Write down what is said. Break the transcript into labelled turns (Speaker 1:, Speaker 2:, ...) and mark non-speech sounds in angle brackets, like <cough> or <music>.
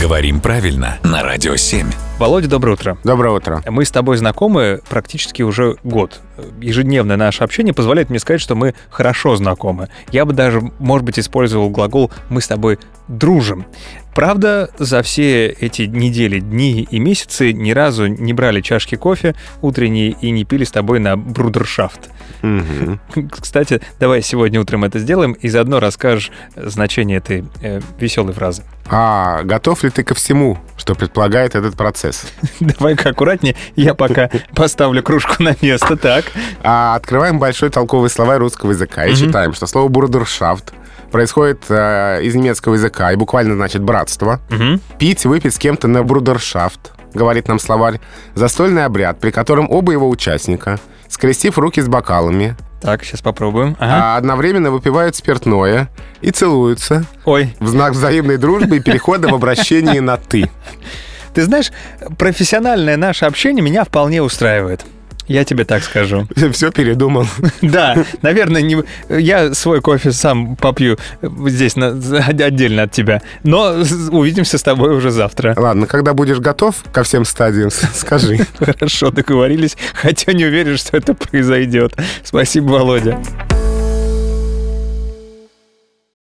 Speaker 1: Говорим правильно на Радио 7.
Speaker 2: Володя, доброе утро.
Speaker 3: Доброе утро.
Speaker 2: Мы с тобой знакомы практически уже год. Ежедневное наше общение позволяет мне сказать, что мы хорошо знакомы. Я бы даже, может быть, использовал глагол «мы с тобой дружим». Правда, за все эти недели, дни и месяцы ни разу не брали чашки кофе утренние и не пили с тобой на брудершафт.
Speaker 3: Мгм.
Speaker 2: Кстати, давай сегодня утром это сделаем и заодно расскажешь значение этой веселой фразы. <laughs>
Speaker 3: А готов ли ты ко всему, что предполагает этот процесс?
Speaker 2: Давай-ка аккуратнее, я пока поставлю кружку на место, так?
Speaker 3: А, открываем большой толковый словарь русского языка и считаем, что слово «бурдершафт» происходит э, из немецкого языка и буквально значит «братство».
Speaker 2: Мгм.
Speaker 3: «Пить, выпить с кем-то на брудершафт», говорит нам словарь, застольный обряд, при котором оба его участника, скрестив руки с бокалами,
Speaker 2: Так, сейчас попробуем. Ага.
Speaker 3: а, одновременно выпивают спиртное и целуются
Speaker 2: А, Ой,
Speaker 3: в знак взаимной дружбы и перехода в обращение на «ты». <laughs>
Speaker 2: ты знаешь, профессиональное наше общение меня вполне устраивает. Я тебе так <laughs> скажу.
Speaker 3: Все передумал.
Speaker 2: Да, наверное, не... я свой кофе сам попью э, здесь на- отдельно от тебя. Но с- увидимся с тобой уже завтра.
Speaker 3: Ладно, когда будешь готов ко всем стадиям, <laughs> с- скажи.
Speaker 2: Хорошо, договорились. Хотя не уверен, что это произойдет. Спасибо, Володя.